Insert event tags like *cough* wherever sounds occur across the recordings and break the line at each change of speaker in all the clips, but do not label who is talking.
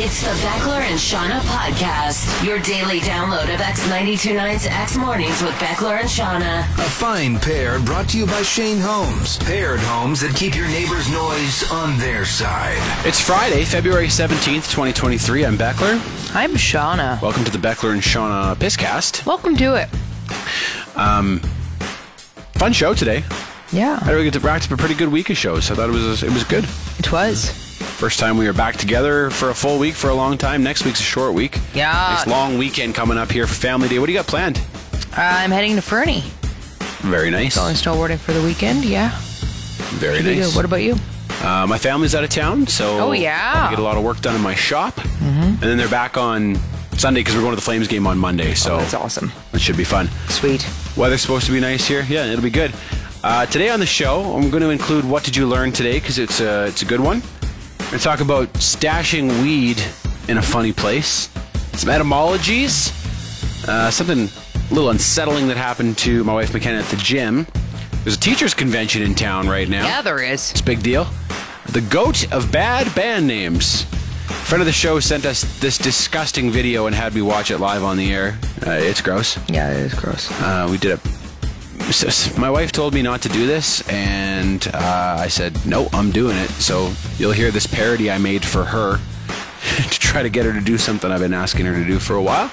It's the Beckler and Shauna podcast, your daily download of X929's X Mornings with Beckler and Shauna.
A fine pair brought to you by Shane Homes. Paired homes that keep your neighbor's noise on their side.
It's Friday, February 17th, 2023. I'm Beckler.
I'm Shauna.
Welcome to the Beckler and Shauna Pisscast.
Welcome to it.
Fun show today. I
Yeah,
really get to wrap up a pretty good week of shows. I thought it was it was good.
it was.
First time we are back together for a full week for a long time. Next week's a short week.
Yeah.
Nice long weekend coming up here for Family Day. What do you got planned?
I'm heading to Fernie.
Very nice.
Going snowboarding for the weekend. Yeah.
Very
Pretty
nice.
good. What about you?
Uh, my family's out of town, so
Oh, yeah. Mm-hmm.
I'll get a lot of work done in my shop, and then they're back on Sunday because we're going to the Flames game on Monday. So
Oh, that's awesome.
It should be fun.
Sweet.
Weather's supposed to be nice here. Yeah, it'll be good. Uh, today on the show, I'm going to include what did you learn today because it's a it's a good one. We're going to talk about stashing weed in a funny place, some etymologies, uh, something a little unsettling that happened to my wife McKenna at the gym. There's a teachers' convention in town right now.
Yeah, there is.
It's a big deal. The goat of bad band names. A friend of the show sent us this disgusting video and had me watch it live on the air. Uh, it's gross.
Yeah, it is gross.
Uh, we did a. s- s- My wife told me not to do this, and uh, I said, "No, I'm doing it." So you'll hear this parody I made for her *laughs* to try to get her to do something I've been asking her to do for a while.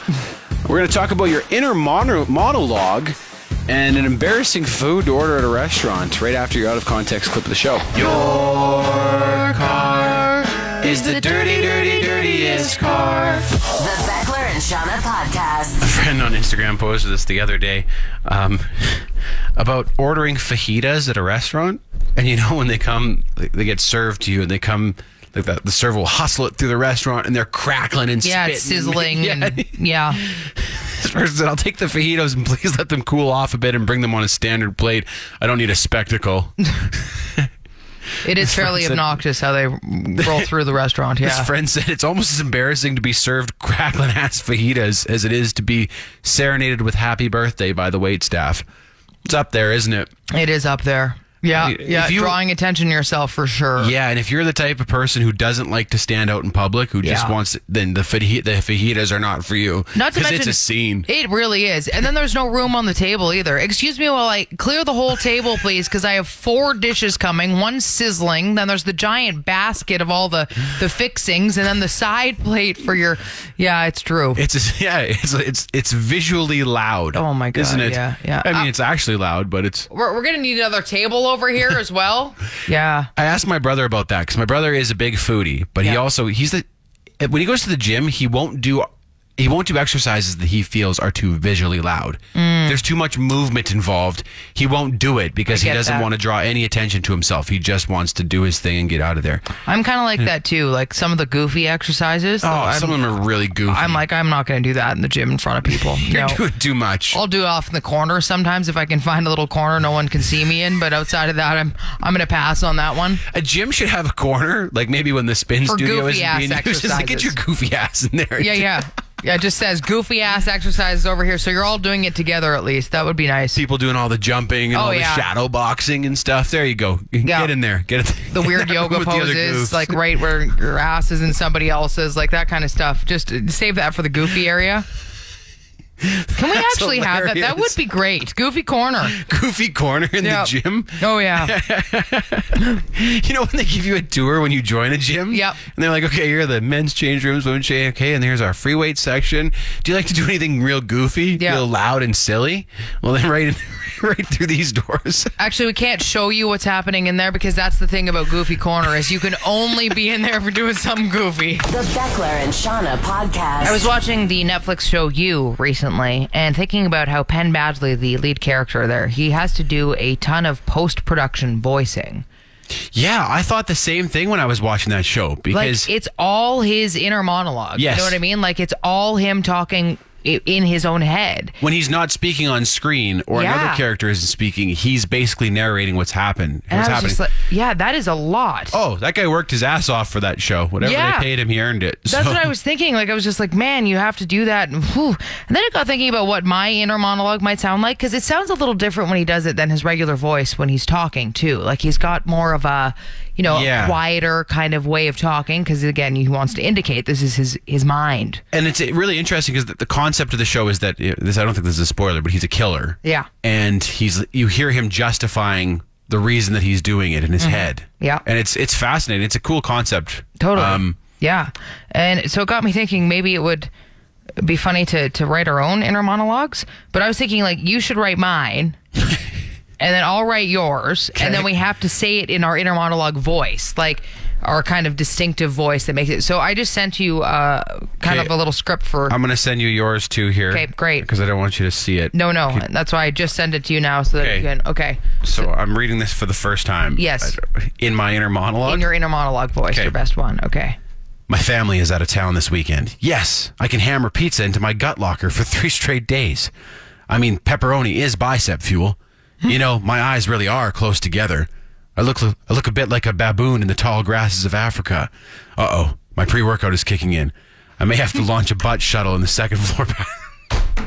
We're going to talk about your inner mono- monologue and an embarrassing food to order at a restaurant right after your out of context clip of the show. Your car is the dirty, dirty, dirtiest car
The Beckler and Shauna podcast.
friend on Instagram posted this the other day um, *laughs* about ordering fajitas at a restaurant. And you know when they come, they, they get served to you, and they come like that. The server will hustle it through the restaurant, and they're crackling and
Yeah, it's
spitting.
sizzling.
*laughs* Yeah.
And, yeah.
This person said, "I'll take the fajitas and please let them cool off a bit and bring them on a standard plate. I don't need a spectacle."
It is fairly obnoxious how they roll through the restaurant.
This
Yeah.
friend said, *laughs* "It's almost as embarrassing to be served *laughs* crackling ass fajitas as it is to be serenaded with happy birthday by the wait staff. It's up there, isn't it?"
It is up there. Yeah.
If
Yeah.
you-
Drawing attention to yourself for sure.
Yeah, and if you're the type of person who doesn't like to stand out in public, who just
Yeah.
wants, then the fajita, the fajitas are not for you.
Not to
because
mention
it's a scene.
It really is. And then there's no room on the table either. Excuse me while I clear the whole table, please, because I have four dishes coming, one sizzling, then there's the giant basket of all the, the fixings, and then the side plate for your Yeah, it's true.
It's a, *laughs* yeah, it's it's it's visually loud.
Oh my God,
isn't it?
yeah, yeah.
I mean,
Uh,
it's actually loud, but it's.
we're we're gonna need another table over here
*laughs*
as well. yeah.
I asked my brother about that because my brother is a big foodie, but he
Yeah.
also he's the when he goes to the gym, he won't do. He won't do exercises that he feels are too visually loud.
Mm.
There's too much movement involved. He won't do it because he
get
doesn't
that.
want to draw any attention to himself. He just wants to do his thing and get out of there.
I'm kinda like that too. Like some of the goofy exercises.
Oh,
I'm,
some of them are really goofy. *laughs*
I'm like, I'm not gonna do that in the gym in front of people.
you're
no.
doing too much.
I'll do it off in the corner sometimes if I can find a little corner no one can see me in. But outside of that, I'm I'm gonna pass on that
*laughs*
one.
A gym should have a corner, like maybe when the spin
For
studio
goofy
is
ass
being used. *laughs* Just like, get your
exercises.
goofy ass in there.
Yeah, yeah, yeah. It just says goofy ass exercises over here, so you're all doing it together at least. That would be nice.
People doing all the jumping and
Oh,
all the
yeah.
shadow boxing and stuff. There you go. Get in there. Get it. *laughs*
The weird yoga poses, like right where your ass is and somebody else's, like that kind of stuff. Just uh, save that for the goofy area. Can we
That's
actually have that? That
hilarious.
would be great.
*laughs*
Goofy corner.
goofy corner in
Yeah.
the gym. *laughs*
Oh yeah.
You know when they give you a tour when you join a gym?
Yep.
And they're like, okay, here are the men's change rooms, women's change, okay, and here's our free weight section. Do you like to do anything real goofy,
Yeah.
real loud and silly? Well, then right, in, *laughs* right through these doors.
Actually, we can't show you what's happening in there because that's the thing about Goofy Corner is you can only be in there for doing something goofy.
The Beckler and Shauna podcast.
I was watching the Netflix show You recently and thinking about how Penn Badgley, the lead character there, he has to do a ton of post production voicing.
Yeah, I thought the same thing when I was watching that show because
Like it's all his inner monologue.
Yes.
You know what I mean? Like it's all him talking i- in his own head.
when he's not speaking on screen or another
Yeah.
character isn't speaking, he's basically narrating what's happened.
And
What's
I was
happening.
just like, yeah, that is a lot.
oh, that guy worked his ass off for that show. Whatever
Yeah.
they paid him, he earned it.
That's
So-
what I was thinking. Like I was just like, man, you have to do that. And, whew. and then I got thinking about what my inner monologue might sound like because it sounds a little different when he does it than his regular voice when he's talking too. Like he's got more of a, you know,
Yeah.
quieter kind of way of talking because again, he wants to indicate this is his his mind.
And it's uh, really interesting because the, the concept of the show is that uh, this. I don't think this is a spoiler, but he's a killer.
Yeah.
and he's you hear him justifying the reason that he's doing it in his head.
Mm-hmm. Yeah.
and it's it's fascinating. It's a cool concept.
Totally.
Um,
yeah. And so it got me thinking maybe it would be funny to, to write our own inner monologues, but I was thinking like you should
*laughs*
write mine. And then I'll write yours, and then we have to say it in our inner monologue voice, like our kind of distinctive voice that makes it. So I just sent you uh, kind
Okay.
of a little script for.
I'm gonna send you yours too here.
Okay, great.
Because I don't want you to see it.
no, no, that's why I just sent it to you now, so that
Okay.
you can. Okay,
So I'm reading this for the first time.
Yes.
I- In my inner monologue.
in your inner monologue voice,
Okay.
your best one. Okay.
my family is out of town this weekend. Yes, I can hammer pizza into my gut locker for *laughs* three straight days. I mean, pepperoni is bicep fuel. You know, my eyes really are close together. I look, I look a bit like a baboon in the tall grasses of Africa. Uh oh, my pre workout is kicking in. I may have
*laughs*
to launch a butt shuttle in the second floor. ba-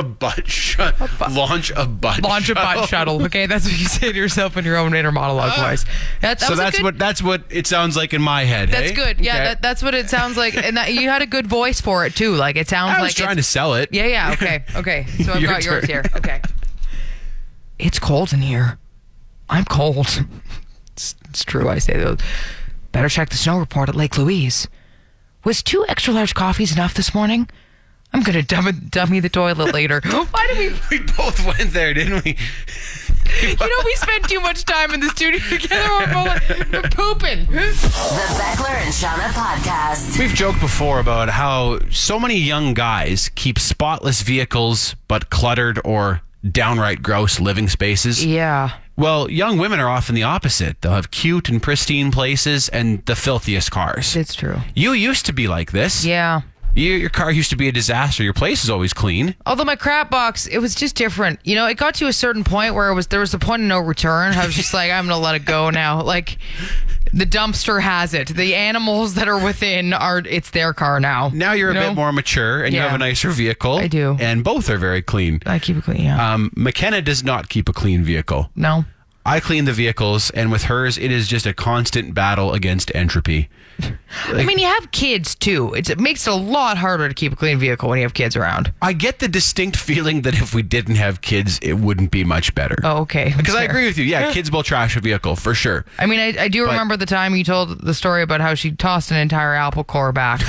a butt shuttle. Launch a butt.
launch a
shuttle.
bot shuttle. Okay, that's what you say to yourself in your own inner monologue voice. That, that
Ah. so
was a
that's
good-
what that's what it sounds like in my head.
That's
eh?
good. Yeah,
Okay.
that, that's what it sounds like, and that, you had a good voice for it too. Like it sounds
I was
like
trying to
it's-
sell it.
Yeah, yeah. Okay, okay.
*laughs*
So I've
Your
got yours
turn.
here. Okay. It's cold in here. I'm cold. It's, it's true. I say those. Better check the snow report at Lake Louise. Was two extra large coffees enough this morning? I'm gonna dummy, dummy the toilet
*laughs*
later. *gasps* Why did we
*laughs* We both went there, didn't we?
You know, we spend too much time in the studio *laughs* together. We're, both like, we're
*laughs*
pooping.
The Beckler and Shauna podcast.
We've joked before about how so many young guys keep spotless vehicles but cluttered or downright gross living spaces.
Yeah.
Well, young women are often the opposite. They'll have cute and pristine places and the filthiest cars.
It's true.
you used to be like this.
Yeah.
You, your car used to be a disaster. Your place is always clean.
Although my crap box, it was just different. You know, it got to a certain point where it was there was a point of no return. I was just like, I'm gonna let it go now. Like the dumpster has it. The animals that are within are it's their car now.
Now you're a
You know?
bit more mature and you
Yeah.
have a nicer vehicle.
I do.
And both are very clean.
I keep it clean. Yeah.
Um, McKenna does not keep a clean vehicle.
no.
I clean the vehicles, and with hers, it is just a constant battle against entropy.
I mean, you have kids too. It's, it makes it a lot harder to keep a clean vehicle when you have kids around.
I get the distinct *laughs* feeling that if we didn't have kids, it wouldn't be much better.
Oh, okay.
Because I
Fair.
agree with you. Yeah, kids will trash a vehicle for sure. *laughs*
I mean, I, I do
But-
remember the time you told the story about how she tossed an entire apple core back,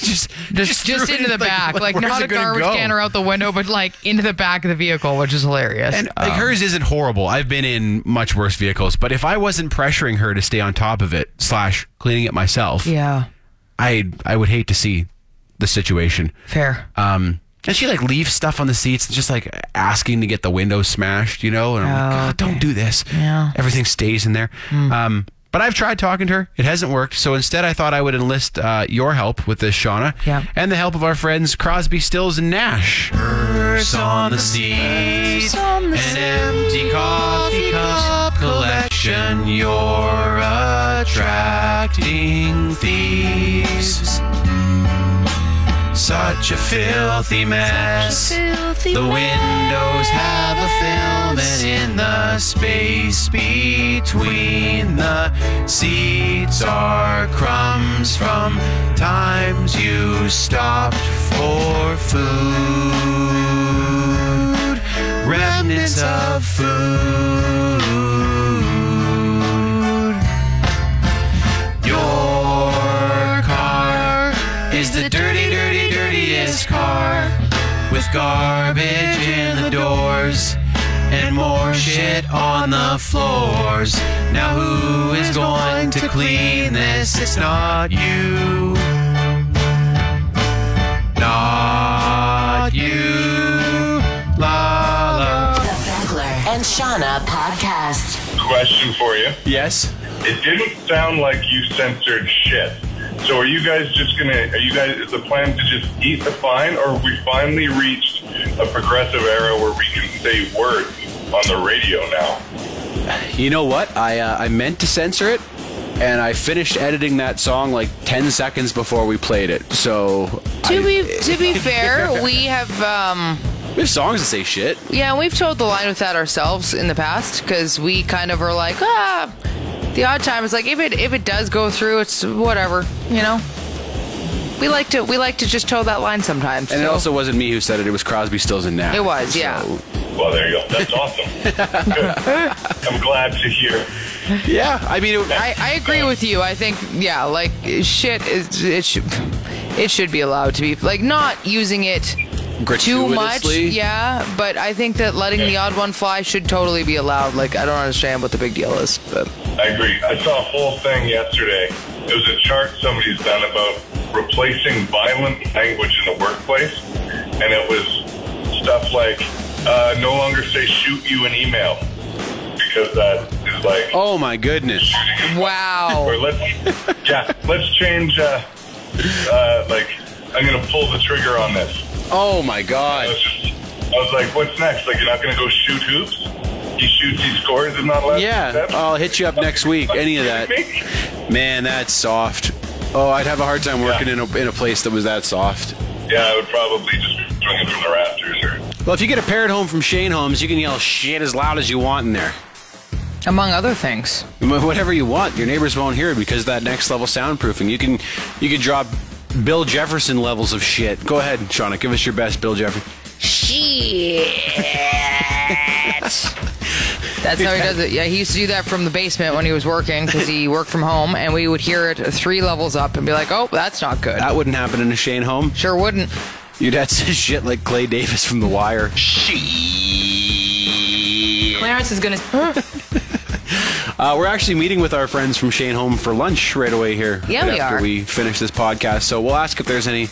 Just,
just just
threw it
into the
in,
back, like,
where's
not a
it gonna
garbage
go?
can or out the window, but like into the back of the vehicle, which is hilarious. Uh,
And like hers isn't horrible. I've been in much worse vehicles, but if I wasn't pressuring her to stay on top of it slash cleaning it myself,
yeah,
I I would hate to see the situation.
fair.
Um, and she like leaves stuff on the seats, just like asking to get the windows smashed, you know. And I'm like,
Oh,
God, don't do this.
Yeah.
Everything stays in there. Um, but I've tried talking to her. It hasn't worked. So instead, I thought I would enlist uh, your help with this, Shauna.
Yeah.
And the help of our friends Crosby, Stills, and Nash. Purse on the seat, an empty coffee cup collection. You're attracting thieves. Such a filthy mess. the windows have a film, and in the space between the seats are crumbs from times you stopped for food. Remnants of food. Your car is the dirty, dirty, dirtiest car with garbage in the doors and more shit on the floors. Now, who is going to clean this? It's not you. not you. La la.
The Beckler and Shauna podcast.
Question for you.
Yes.
It didn't sound like you censored shit. So are you guys just gonna? Are you guys? Is the plan to just eat the fine, or have we finally reached a progressive era where we can say words on the radio now?
You know what? I uh, I meant to censor it, and I finished editing that song like ten seconds before we played it. So
To
I-
be to *laughs*
*laughs*
be fair, we have um
we have songs that say shit.
yeah, we've told the line with that ourselves in the past because we kind of are like ah. The odd time is like if it if it does go through, it's whatever, you know. We like to we like to just toe that line sometimes.
And it
so-
also wasn't me who said it. It was Crosby, Stills, and Nash.
It was, yeah.
So-
Well, there you go. That's awesome. Good. I'm glad to hear.
yeah. I mean, it,
I, I agree with you. I think yeah, like shit is it should it should be allowed to be like not using it too much.
Gratuitously?
Yeah, but I think that letting the odd one fly should totally be allowed. Like I don't understand what the big deal is, but
I agree. I saw a whole thing yesterday. It was a chart somebody's done about replacing violent language in the workplace, and it was stuff like uh, no longer say "shoot you" an email because that is like
oh my goodness.
*laughs* or
wow.
let's yeah let's change uh, uh, like I'm gonna pull the trigger on this.
Oh my
I
god.
was just I was like, what's next? Like you're not gonna go shoot hoops? He shoots, he scores, is not allowed. to
Yeah.
accept?
I'll hit you up next week. Any of
*laughs*
that.
Kidding me?
Man, that's soft. Oh, I'd have a hard time working in, a, in a place that was that soft.
Yeah, I would probably just swing it from the rafters or.
Well, if you get a parrot home from Shane Holmes, you can yell shit as loud as you want in there.
Among other things,
Wh- Whatever you want, your neighbors won't hear it because of that next level soundproofing. You can you can drop Bill Jefferson levels of shit. Go ahead, Shauna, give us your best Bill Jefferson.
that's how he does it. Yeah, he used to do that from the basement when he was working because he worked from home, and we would hear it three levels up and be like, "Oh, that's not good."
That wouldn't happen in a Shane home.
Sure wouldn't.
You'd have to *laughs* shit like Clay Davis from The Wire.
Clarence is
*laughs*
gonna.
Uh, we're actually meeting with our friends from Shane Home for lunch right away here.
Yeah,
right
we
after
are.
we finish this podcast. So we'll ask if there's any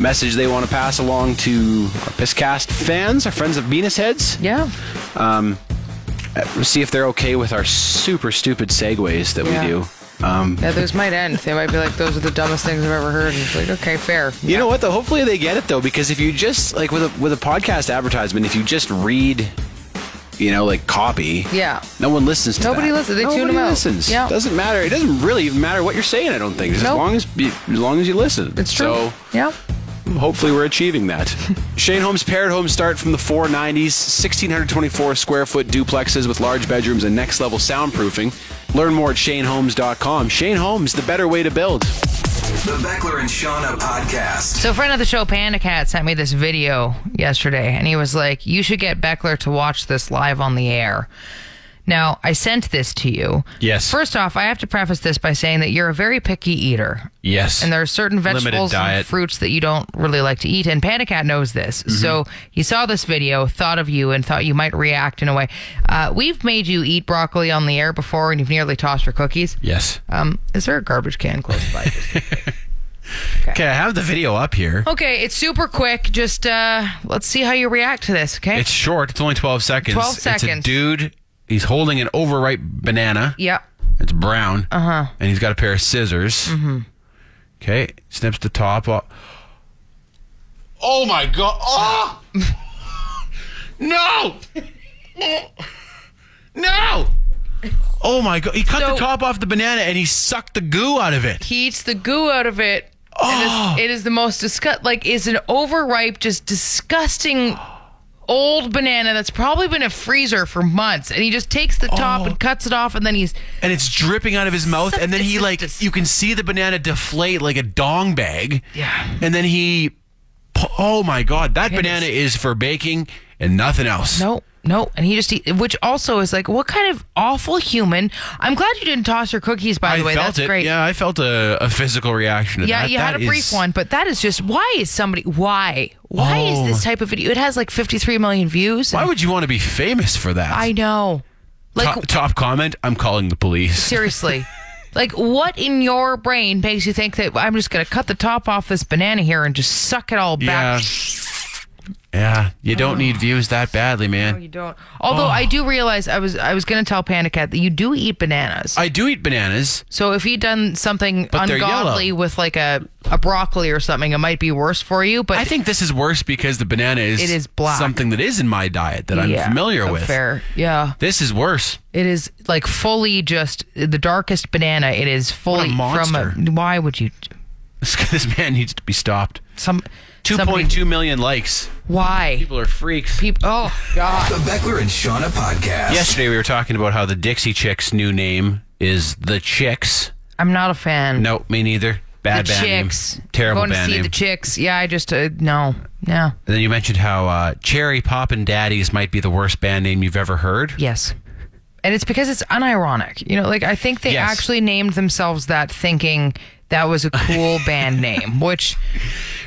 message they want to pass along to our Pisscast fans, our friends of Venus Heads.
Yeah.
We'll see if they're okay with our super stupid segues that
Yeah.
we do. Um,
Yeah, those might end. They might be like, those are the dumbest things I've ever heard. And it's like, okay, fair.
You know what though? Hopefully they get it though, because if you just like with a with a podcast advertisement, if you just read, you know, like copy,
Yeah.
no one listens to
Nobody
that.
listens. They tune
Nobody
them out.
listens.
Yeah.
doesn't matter. It doesn't really even matter what you're saying. I don't think. Just
Nope.
as long as you, as long as you listen.
It's true.
So
yeah.
hopefully we're achieving that. Shane Holmes paired homes start from the 490s, 1624 square foot duplexes with large bedrooms and next level soundproofing. Learn more at shaneholmes.com. Shane Holmes, the better way to build.
The Beckler and Shauna podcast.
So, a friend of the show, Panda Cat, sent me this video yesterday, and he was like, You should get Beckler to watch this live on the air. Now, I sent this to you.
Yes.
First off, I have to preface this by saying that you're a very picky eater.
Yes.
And there are certain
Limited
vegetables and
diet. Mm-hmm.
fruits that you don't really like to eat. And Panda Cat knows this. So he saw this video, thought of you, and thought you might react in a way. Uh, we've made you eat broccoli on the air before, and you've nearly tossed your cookies.
Yes.
Um, is there a garbage can close by?
*laughs* Okay, I have the video up here.
okay, it's super quick. Just uh, let's see how you react to this, okay?
It's short. It's only 12 seconds.
12
It's a
seconds.
dude. He's holding an overripe banana.
yeah.
It's brown. Uh
Uh-huh.
huh. And he's got a pair of scissors. Mm-hmm. Okay. Snips the top off. Oh my god! Oh *laughs* no! *laughs* No! Oh my god! He cut
So-
the top off the banana and he sucked the goo out of it.
He eats the goo out of it.
Oh.
And it's, it is the most disgust. Like, is an overripe, just disgusting old banana that's probably been in a freezer for months, and he just takes the top
Oh.
and cuts it off, and then he's
and it's dripping out of his mouth and then
It's
he
just
like
dis-
you can see the banana deflate like a dong bag
Yeah.
and then he pu- oh my god that
Goodness.
banana is for baking and nothing else
no. No, and he just eat, which also is like, what kind of awful human? I'm glad you didn't toss your cookies. By
I
the way,
felt
that's
it.
great.
Yeah, I felt a, a physical reaction to
Yeah,
that.
you had
That
a brief
is-
one, but that is just why is somebody why why
Oh.
is this type of video? It has like 53 million views.
Why
and-
would you want to be famous for that?
I know? Like
top, top comment. I'm calling the
*laughs*
police.
seriously, Like, what in your brain makes you think that I'm just going to cut the top off this banana here and just suck it all
Yeah.
back?
Yeah. You don't need views that badly,
Oh. You
man.
don't. Although I do realize I was I was going to tell Panda Cat that you do eat bananas.
I do eat bananas.
so if you'd done something
But they're
ungodly
yellow.
with like a, a broccoli or something, it might be worse for you. But
I think this is worse because the banana is,
It is black.
something that is in my diet that I'm
Yeah,
familiar with.
Fair. Yeah.
This is worse. *laughs*
It is like fully just the darkest banana. It is fully from
monster.
a, why would you
This, this man needs to be stopped.
some somebody-
2.2 million likes.
Why?
People are freaks.
People oh god.
The Beckler and Shauna podcast.
Yesterday we were talking about how the Dixie Chicks' new name is the Chicks.
I'm not a fan.
No, me neither.
The
Bad band
chicks.
name. Terrible
Going to
band
see
name.
the chicks. Yeah, I just uh, no. No.
And then you mentioned how uh, Cherry Pop and Daddies might be the worst band name you've ever heard.
Yes. And it's because it's unironic. You know, like I think they
Yes.
actually named themselves that thinking that was a cool
*laughs*
band name, which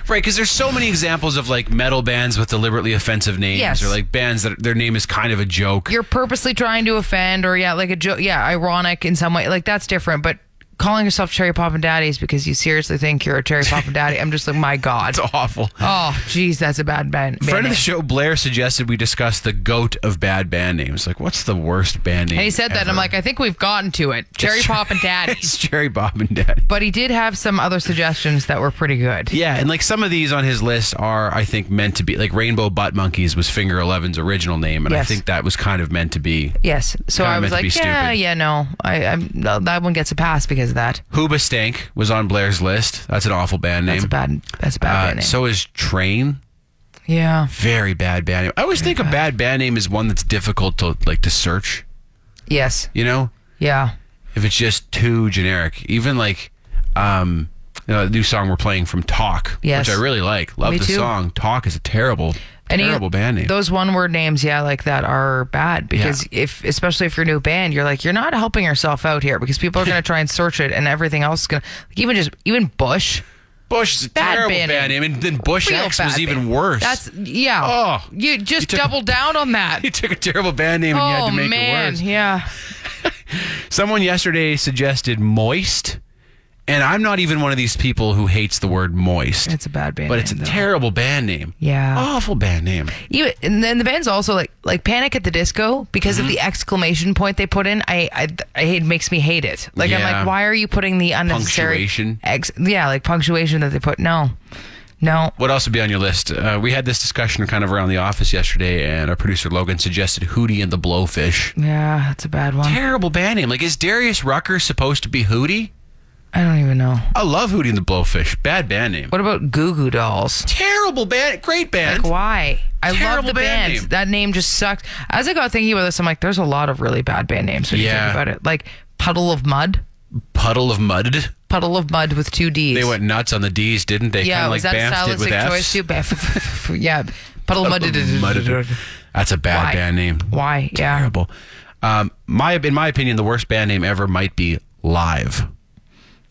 Right, because there's so many examples of like metal bands with deliberately offensive names,
Yes.
or like bands that their name is kind of a joke.
you're purposely trying to offend or yeah, like a joke, yeah, ironic in some way. Like that's different, but calling yourself cherry pop and daddy is because you seriously think you're a cherry pop and daddy. I'm just like, my god.
it's *laughs* awful.
Oh, geez, that's a bad band. band
Friend of
name.
the show Blair suggested we discuss the goat of bad band names. Like, what's the worst band name?
and he said that. I'm
ever?
like, I think we've gotten to it. Cherry
It's-
pop and
*laughs*
daddy.
it's Cherry Bob and Daddy.
But he did have some other suggestions that were pretty good.
Yeah, and like some of these on his list are, I think, meant to be like Rainbow Butt Monkeys was Finger Eleven's original name, and I
Yes.
think that was kind of meant to be.
Yes. So
Kinda
I was
meant to
like,
be
yeah,
stupid.
yeah, no, I, I'm no, that one gets a pass because of that.
Hooba Stank was on Blair's list. That's an awful band name.
That's a bad. That's a bad
Uh,
band name.
So is Train.
yeah,
Very bad band name. I always think a bad band name is one that's difficult to like to search.
yes,
You know,
yeah.
if it's just too generic, even like um, you know, the new song we're playing from Talk,
Yes.
which I really like. Love
Me
the
too.
song. Talk is a terrible,
Any-
terrible band name.
Those one word names, yeah, like that are bad because
Yeah.
if, especially if you're a new band, you're like you're not helping yourself out here because people
*laughs*
are going to try and search it and everything else is going to like even just even Bush.
Bush is a
Bad
terrible
band
band,
name.
name, and then Bush
Real
X
bad
was even
band.
worse.
That's yeah.
Oh.
you just
You took-
double down on
*laughs*
that.
you took a terrible band name and you had
oh
to make
man,
it worse.
yeah.
Someone yesterday suggested moist, and I'm not even one of these people who hates the word moist.
It's a bad band
but it's a
name, though.
terrible band name.
Yeah.
awful band name.
Even, and then the band's also like like Panic at the Disco because
Mm-hmm.
of the exclamation point they put in. I I, I it makes me hate it. Like I'm
Yeah.
like, why are you putting the unnecessary
Punctuation.
Ex- yeah, like punctuation that they put. No, no.
What else would be on your list? Uh, we had this discussion kind of around the office yesterday, and our producer Logan suggested Hootie and the Blowfish.
Yeah, that's a bad one.
Terrible band name. Like, is Darius Rucker supposed to be Hootie?
I don't even know.
I love Hootie and the Blowfish. Bad band name.
What about Goo Goo Dolls?
terrible band. Great band.
Like why? I love
Terrible
the
band
band.
name.
That name just sucks. As I got thinking about this, I'm like, there's a lot of really bad band names when
Yeah.
you think about it. Like Puddle of Mud,
Puddle of Mud.
Puddle of Mud with two D's.
They went nuts on the D's, didn't they?
yeah,
Kinda
was
like
that a
Banff did with
stylistic choice
F's.
*laughs* too? Banff- yeah, puddle mud.
Mudded. That's a bad
Why?
band name.
Why? Yeah.
Terrible. Um, my in my opinion, the worst band name ever might be Live.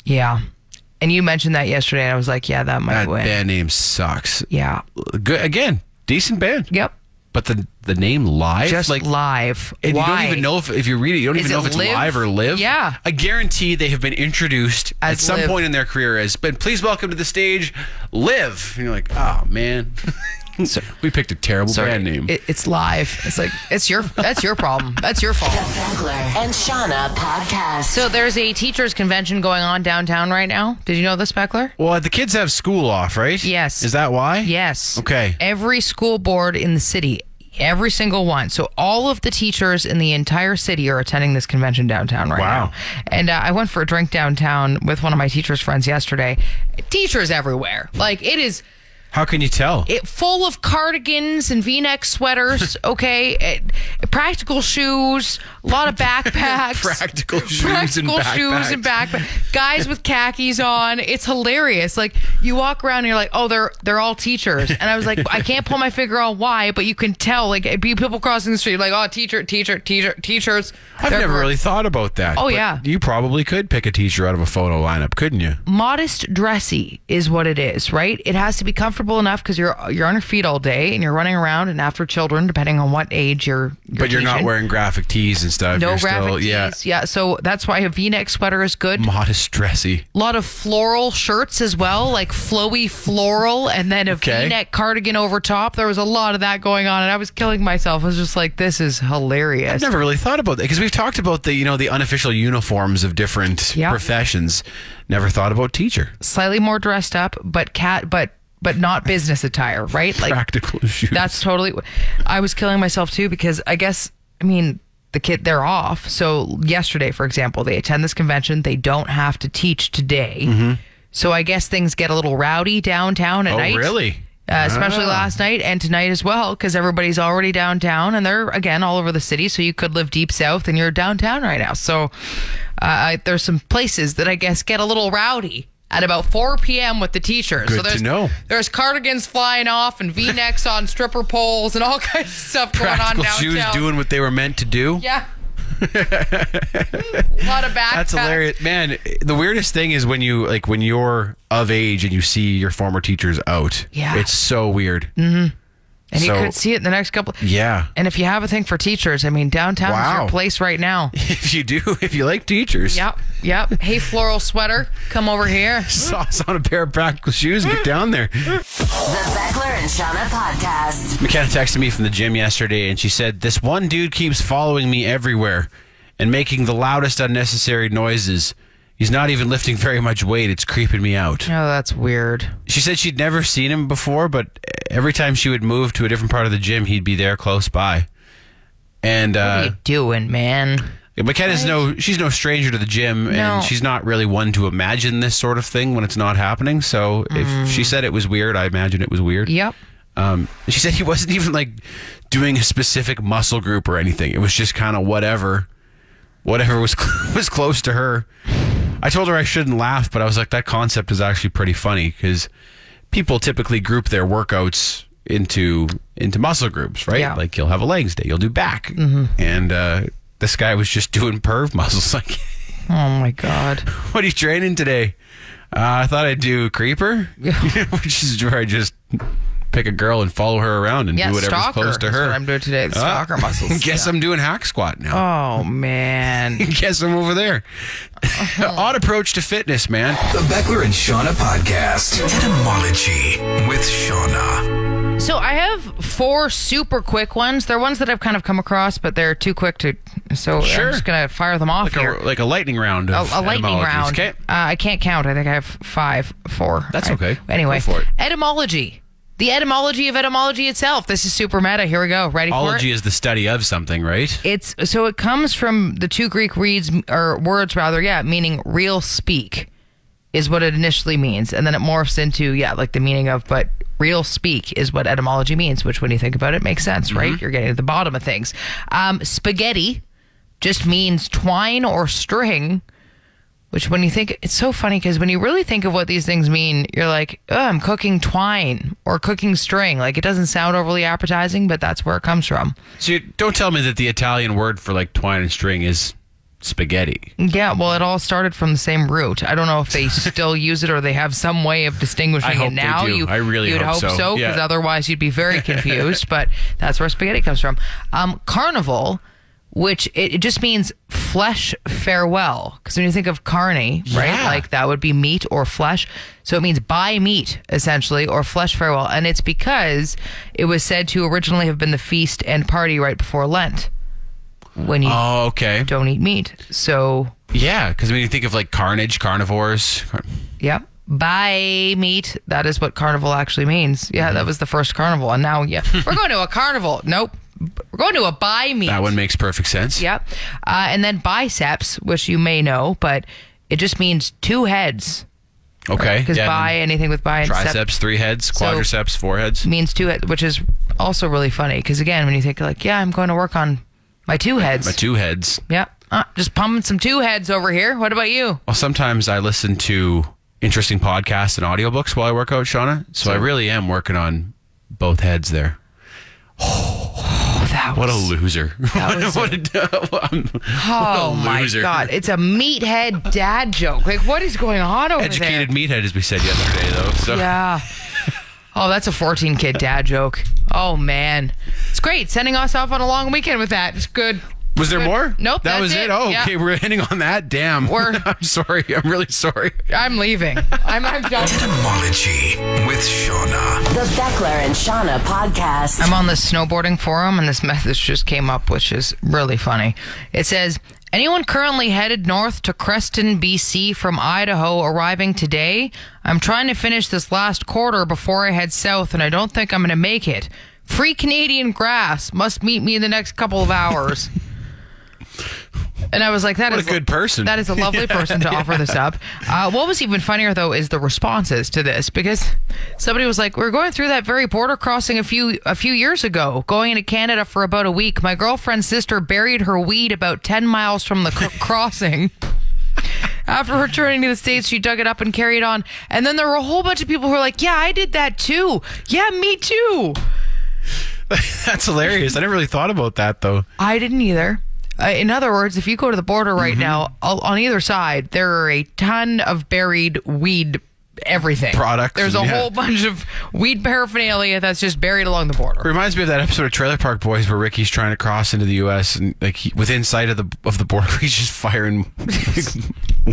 Yeah, and you mentioned that yesterday, and I was like, yeah, that might
That
win.
band name sucks.
Yeah.
Good again, decent band.
Yep.
But the the name Live,
Just
like
live.
And
Why?
you don't even know if, if you read it, you don't
Is
even know if
it
it's
live?
live or live.
Yeah.
I guarantee they have been introduced
As
at some
live.
point in their career as, but please welcome to the stage, Live. And you're like, oh, man.
*laughs*
we picked a terrible
Sorry.
band name.
It- it's live. It's like it's your that's your problem. That's your fault.
The Beckler and Shauna podcast.
So there's a teachers convention going on downtown right now. Did you know this, Beckler?
well, the kids have school off, right?
Yes.
Is that why?
Yes.
Okay.
Every school board in the city, every single one. So all of the teachers in the entire city are attending this convention downtown right
Wow.
now. And uh, I went for a drink downtown with one of my teachers' friends yesterday. Teachers everywhere. Like it is
How can you tell?
it full of cardigans and
*laughs*
V-neck sweaters, okay? It- practical shoes, a lot of
*laughs*
backpacks.
Practical shoes and
Practical shoes and backpacks. Guys with khakis on. It's hilarious. Like you walk around and you're like, "Oh, they're they're all teachers." And I was like, I can't pull my finger on why, but you can tell like it'd be people crossing the street like, "Oh, teacher, teacher, teacher, teachers."
I've
They're-
never really thought about that.
Oh,
but
yeah. Mm,
You probably could pick a teacher out of a photo lineup, couldn't you?
modest dressy is what it is, right? It has to be comfortable enough because you're you're on your feet all day and you're running around and after children, depending on what age you're. you're
but you're not
teaching.
wearing graphic tees and stuff.
no
you're
graphic
still, Yeah, Mm.
tees. Yeah, so that's why a V-neck sweater is good.
modest, dressy.
A lot of floral shirts as well, like flowy floral, and then a
Okay.
neck cardigan over top. There was a lot of that going on, and I was killing myself. I was just like, "This is hilarious."
I've never really thought about that because we've talked about the you know the unofficial uniforms of different
Yeah.
professions. Never thought about teacher.
Slightly more dressed up, but cat, but but not business attire, right? Like
*laughs* Practical shoes.
That's totally. I was killing myself too because I guess I mean the kid they're off. So yesterday, for example, they attend this convention. They don't have to teach today. So I guess things get a little rowdy downtown at
Mm-hmm. oh
night.
really?
Uh, especially
Ah.
last night and tonight as well, because everybody's already downtown and they're again all over the city. So you could live deep south and you're downtown right now. So uh, I, there's some places that I guess get a little rowdy at about 4 p.m. with the teachers.
Good
so
to
there's,
know.
There's cardigans flying off and V-necks on stripper poles and all *laughs* kinds of stuff
Practical
going on
shoes
downtown.
doing what they were meant to do. *laughs*
yeah. a lot of backpacks.
That's hilarious, man. The weirdest thing is when you like when you're of age and you see your former teachers out.
Yeah. Mm.
it's so weird.
And you
So-
could see it in the next couple.
Yeah,
And if you have a thing for teachers, I mean, downtown is
Wow.
your place right now.
if you do, *laughs* if you like teachers,
Yep, yep. Hey, floral sweater, come over *laughs* here.
*laughs* sauce on a pair of practical shoes and get down there.
The Beckler and Shauna podcast.
McKenna texted me from the gym yesterday and she said, This one dude keeps following me everywhere and making the loudest unnecessary noises. He's not even lifting very much weight. It's creeping me out.
Oh, that's weird.
She said she'd never seen him before, but every time she would move to a different part of the gym, he'd be there close by. And
What are
uh,
you doing, man?
McKenna's no, she's no stranger to the gym,
No.
and she's not really one to imagine this sort of thing when it's not happening. So if she said it was weird, I imagine it was weird.
Yep.
Um, she said he wasn't even like doing a specific muscle group or anything. It was just kind of whatever, whatever was *laughs* was close to her. I told her I shouldn't laugh, but I was like, that concept is actually pretty funny because people typically group their workouts into into muscle groups, right?
Yeah. Mm-hmm.
Like you'll have a legs day, you'll do back, and uh, this guy was just doing perv muscles. *laughs* Like,
Oh my god.
what are you training today? Uh, I thought I'd do creeper, *laughs* which is where I just pick a girl and follow her around and
Yeah,
do whatever's
stalker.
close to
That's
her.
what I'm doing today. The
Ah,
stalker muscles.
Guess I'm doing hack squat
*laughs*
now.
Oh man.
*laughs* Guess I'm over there.
Uh-huh.
Odd approach to fitness, man.
The Beckler and Shauna podcast. Etymology with Shauna.
So I have four super quick ones. They're ones that I've kind of come across, but they're too quick to. So
Sure.
I'm just gonna fire them off
Like
here.
a, like a lightning round.
a,
Of
a lightning
etymologies.
round.
Okay.
Uh, I can't count. I think I have five, four.
That's
I-
okay.
Anyway,
Go for it.
etymology. The etymology of etymology itself. This is super meta. Here we go. Ready for it?
Ology is the study of something, right?
It's so it comes from the two Greek reads or words rather, yeah, meaning real speak is what it initially means, and then it morphs into yeah, like the meaning of but real speak is what etymology means, which when you think about it makes sense, right? You're getting to the bottom of things. Um, spaghetti just means twine or string. Which, when you think, it's so funny because when you really think of what these things mean, you're like, oh, I'm cooking twine or cooking string. Like, it doesn't sound overly appetizing, but that's where it comes from.
So you, don't tell me that the Italian word for like twine and string is spaghetti.
Yeah, well, it all started from the same root. I don't know if
*laughs*
they still use it or they have some way of distinguishing
I hope
it
they
now.
do.
You,
I really
you'd
hope
hope,
so.
so,
Yeah.
because otherwise you'd be very
*laughs*
confused. but that's where spaghetti comes from. Um, carnival, which it, it just means flesh farewell, because when you think of carne, right,
Yeah.
like that would be meat or flesh. So it means buy meat essentially or flesh farewell, and it's because it was said to originally have been the feast and party right before Lent, when you
Oh, okay.
don't eat meat. So
Yeah, because when you think of like carnage, carnivores, car-
Yep. Buy meat. That is what carnival actually means. Yeah, that was the first carnival. And now,
*laughs*
yeah, we're going to a carnival. Nope. We're going to a buy meat.
that one makes perfect sense.
Yep. Uh, and then biceps, which you may know, but it just means two heads.
Okay.
Because
yeah, and
buy, anything with buy and sep-
triceps, three heads, quadriceps, four heads.
means two heads, which is also really funny. Because again, when you think, like, yeah, I'm going to work on my two heads.
My two heads.
Yep. Uh, just pumping some two heads over here. What about you?
Well, sometimes I listen to interesting podcasts and audiobooks while I work out, Shauna. So I really am working on both heads there.
Oh, that
What a
was-
*laughs* loser.
*laughs*
was
what, a, what a-
Oh
What a
my
loser.
god, it's a meathead dad joke. Like, what is going on over
Educated
there?
meathead, as we said yesterday, though.
*laughs*
So
Yeah. Oh, that's a 14 kid dad joke. Oh, man. It's great. Sending us off on a long weekend with that. It's good.
Was there
Good.
more?
Nope,
That
that's
was it.
it.
Oh,
Yeah.
okay. We're ending on that. Damn.
We're-
*laughs* I'm sorry. I'm really sorry.
I'm leaving. I'm, I'm done.
Etymology with Shauna.
The Beckler and Shauna podcast.
*laughs* I'm on the snowboarding forum, and this message just came up, which is really funny. It says, Anyone currently headed north to Creston, BC from Idaho arriving today? I'm trying to finish this last quarter before I head south, and I don't think I'm going to make it. Free Canadian grass must meet me in the next couple of hours. And I was like, "That is
What a good person.
That is
*laughs*
a lovely person to offer this up. Uh, what was even funnier though is the responses to this because somebody was like, "We "We're going through that very border crossing a few a few years ago, going into Canada for about a week. My girlfriend's sister buried her weed about ten miles from
*laughs*
the cr- crossing." After returning to the States, she dug it up and carried on. And then there were a whole bunch of people who were like, Yeah, I did that too. Yeah, me too.
*laughs* That's hilarious. I never really thought about that though.
I didn't either. Uh, in other words, if you go to the border right
Mm-hmm.
now, al- on either side, there are a ton of buried weed everything.
Products,
There's a
yeah.
whole bunch of weed paraphernalia that's just buried along the border.
Reminds me of that episode of Trailer Park Boys where Ricky's trying to cross into the U.S. and like he, within sight of the of the border, *laughs* he's just firing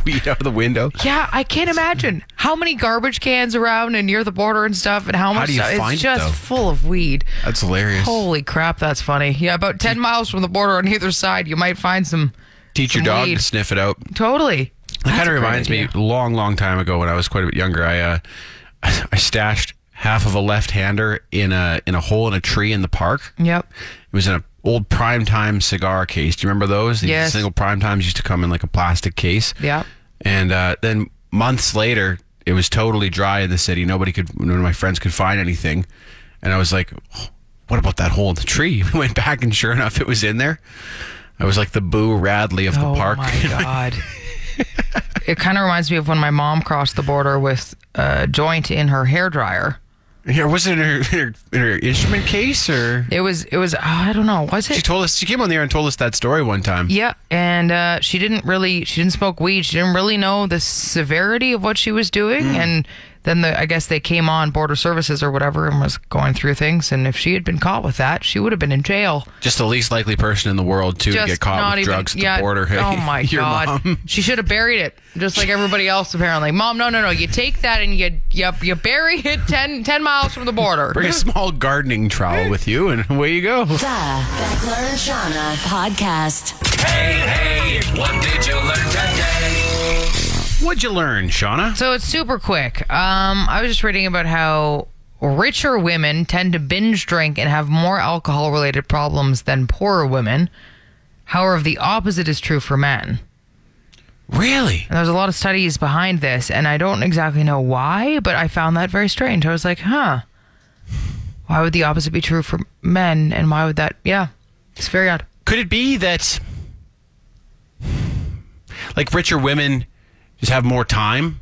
weed out of the window.
Yeah, I can't imagine how many garbage cans around and near the border and stuff, and how much
do you
stuff-
find it,
it's just
though?
full of weed.
That's hilarious.
Holy crap, that's funny. Yeah, about 10 miles from the border on either side, you might find some.
Teach your
Some
dog
weed.
to sniff it out.
Totally.
That
That's
kind
a
of
great
reminds me,
idea.
long, long time ago when I was quite a bit younger, I uh, *laughs* I stashed half of a left-hander in a in a hole in a tree in the park.
Yep.
It was in an old primetime cigar case. Do you remember those? These
Yes.
single primetimes used to come in like a plastic case.
Yeah.
And uh, then months later, it was totally dry in the city. Nobody could, none of my friends could find anything. And I was like, "Oh, what about that hole in the tree? *laughs* We went back and sure enough, it was in there. I was like the Boo Radley of the
oh
park. *laughs*
my god! it kind of reminds me of when my mom crossed the border with a joint in her hair dryer.
Here, was it in her, in her, in her instrument case or?
It was it was oh, I don't know was
She
it?
told us, she came on the air and told us that story one time.
Yeah, and uh, she didn't really she didn't smoke weed. She didn't really know the severity of what she was doing, and then the I guess they came on border services or whatever and was going through things. And if she had been caught with that, she would have been in jail.
Just the least likely person in the world to get caught with drugs at the border. *laughs*
*laughs* Oh my
Your
god, *laughs*
mom.
she should have buried it, just like everybody else. Apparently, mom, no, no, no. You take that and you you, you bury it 10, 10 miles from the border.
Bring a
*laughs*
small gardening trowel with you, and away you go.
The Beckler and Shauna podcast.
Hey, hey, what did you learn today?
What'd you learn, Shauna?
So it's super quick. Um, I was just reading about how richer women tend to binge drink and have more alcohol related problems than poorer women. However, the opposite is true for men.
Really?
And there's a lot of studies behind this, and I don't exactly know why, but I found that very strange. I was like, huh, why would the opposite be true for men? And why would that, yeah, it's very odd.
Could it be that, like, richer women just have more time?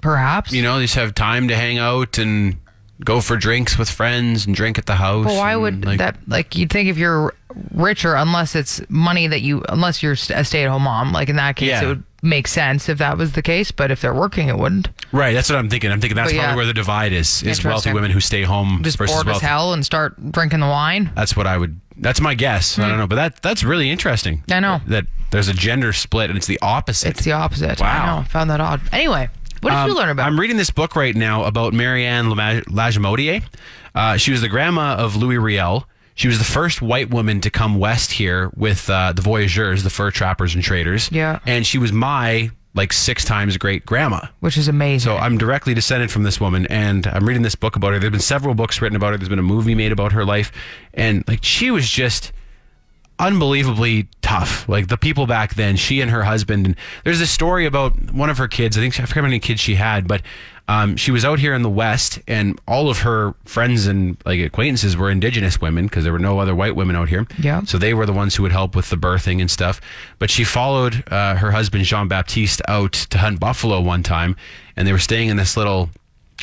Perhaps.
You know, they just have time to hang out and go for drinks with friends and drink at the house.
But why
and,
would
like,
that, like, you'd think if you're richer, unless it's money that you, unless you're st- a stay at home mom, like in that case,
Yeah.
it would make sense if that was the case, but if they're working, it wouldn't.
Right, that's what I'm thinking. I'm thinking that's
But
probably
yeah.
where the divide is: is wealthy
Interesting.
women who stay home
Just
versus
bored
wealthy.
as hell and start drinking the wine.
That's what I would. That's my guess. I don't know, but that that's really interesting.
Hmm. I know.
that, there's a gender split and it's the opposite.
It's the opposite.
Wow.
I know, I found that odd. Anyway, what did you
Um,
learn about?
I'm reading this book right now about Marianne Lama- Lajamodier. Uh, she was the grandma of Louis Riel. She was the first white woman to come west here with uh, the voyageurs, the fur trappers and traders.
Yeah.
And she was my like six times great grandma.
Which is amazing.
So I'm directly descended from this woman, and I'm reading this book about her. There've been several books written about her. There's been a movie made about her life, and like she was just unbelievably tough. Like the people back then, she and her husband. And there's this story about one of her kids. I think she- I forget how many kids she had, but um, she was out here in the West, and all of her friends and like acquaintances were indigenous women because there were no other white women out here.
Yeah.
So they were the ones who would help with the birthing and stuff. But she followed uh, her husband Jean Baptiste out to hunt buffalo one time, and they were staying in this little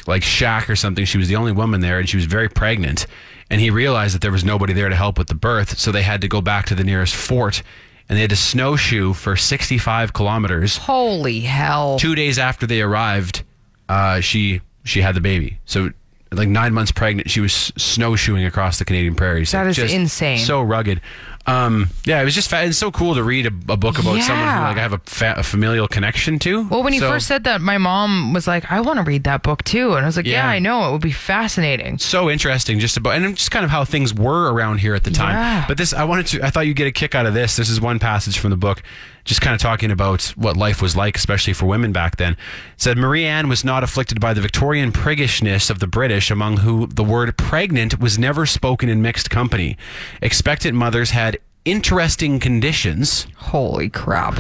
like shack or something. She was the only woman there, and she was very pregnant. And he realized that there was nobody there to help with the birth, so they had to go back to the nearest fort, and they had to snowshoe for 65 kilometers.
Holy hell.
Two days after they arrived, uh, she she had the baby. So like nine months pregnant, she was s- snowshoeing across the Canadian prairies.
That
Like,
is
just
insane.
So rugged. Um, yeah, it was just fa- it's so cool to read a, a book about someone who
Yeah.
like I have a, fa- a familial connection to.
Well, when you
So-
first said that, my mom was like, I want to read that book too. And I was like, Yeah,
Yeah.
I know. It would be fascinating.
so interesting just about and just kind of how things were around here at the time
Yeah.
but this i wanted to i thought you'd get a kick out of this this is one passage from the book just kind of talking about what life was like especially for women back then it said marie anne was not afflicted by the victorian priggishness of the british among who the word pregnant was never spoken in mixed company expectant mothers had interesting conditions
Holy crap.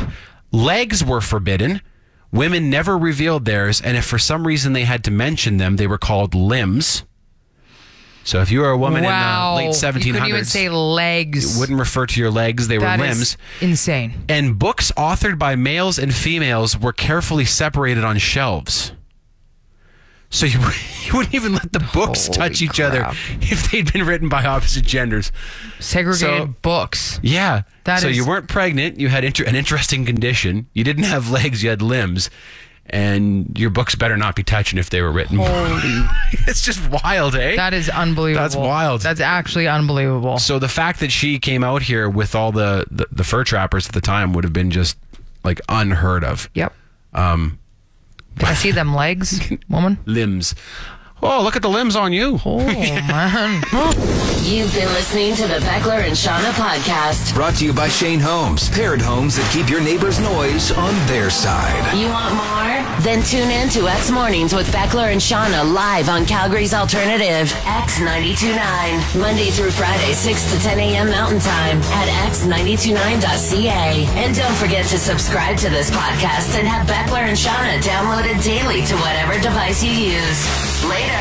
Legs were forbidden. Women never revealed theirs, and if for some reason they had to mention them, they were called limbs. So if you were a woman
wow.
in the late
You couldn't even
1700s,
say legs.
you wouldn't refer to your legs, they were
That
limbs.
is insane.
and books authored by males and females were carefully separated on shelves. So you, *laughs* you wouldn't even let the books
Holy
touch each
crap.
other if they'd been written by opposite genders.
Segregated
So-
books.
Yeah.
That
so
is-
you weren't pregnant. You had inter- an interesting condition. You didn't have legs. You had limbs, and your books better not be touching if they were written. *laughs* it's just wild, eh?
That is unbelievable.
That's wild.
That's actually unbelievable.
so the fact that she came out here with all the, the the fur trappers at the time would have been just like unheard of.
Yep. Um, I see them legs, woman.
Limbs. Oh, look at the limbs on you.
Oh man.
You've been listening to the Beckler and Shauna podcast.
Brought to you by Shane Homes, paired homes that keep your neighbor's noise on their side.
You want more? Then tune in to X Mornings with Beckler and Shauna live on Calgary's Alternative, X929. Monday through Friday, 6 to 10 a.m. Mountain Time at x929.ca. And don't forget to subscribe to this podcast and have Beckler and Shauna downloaded daily to whatever device you use. Later.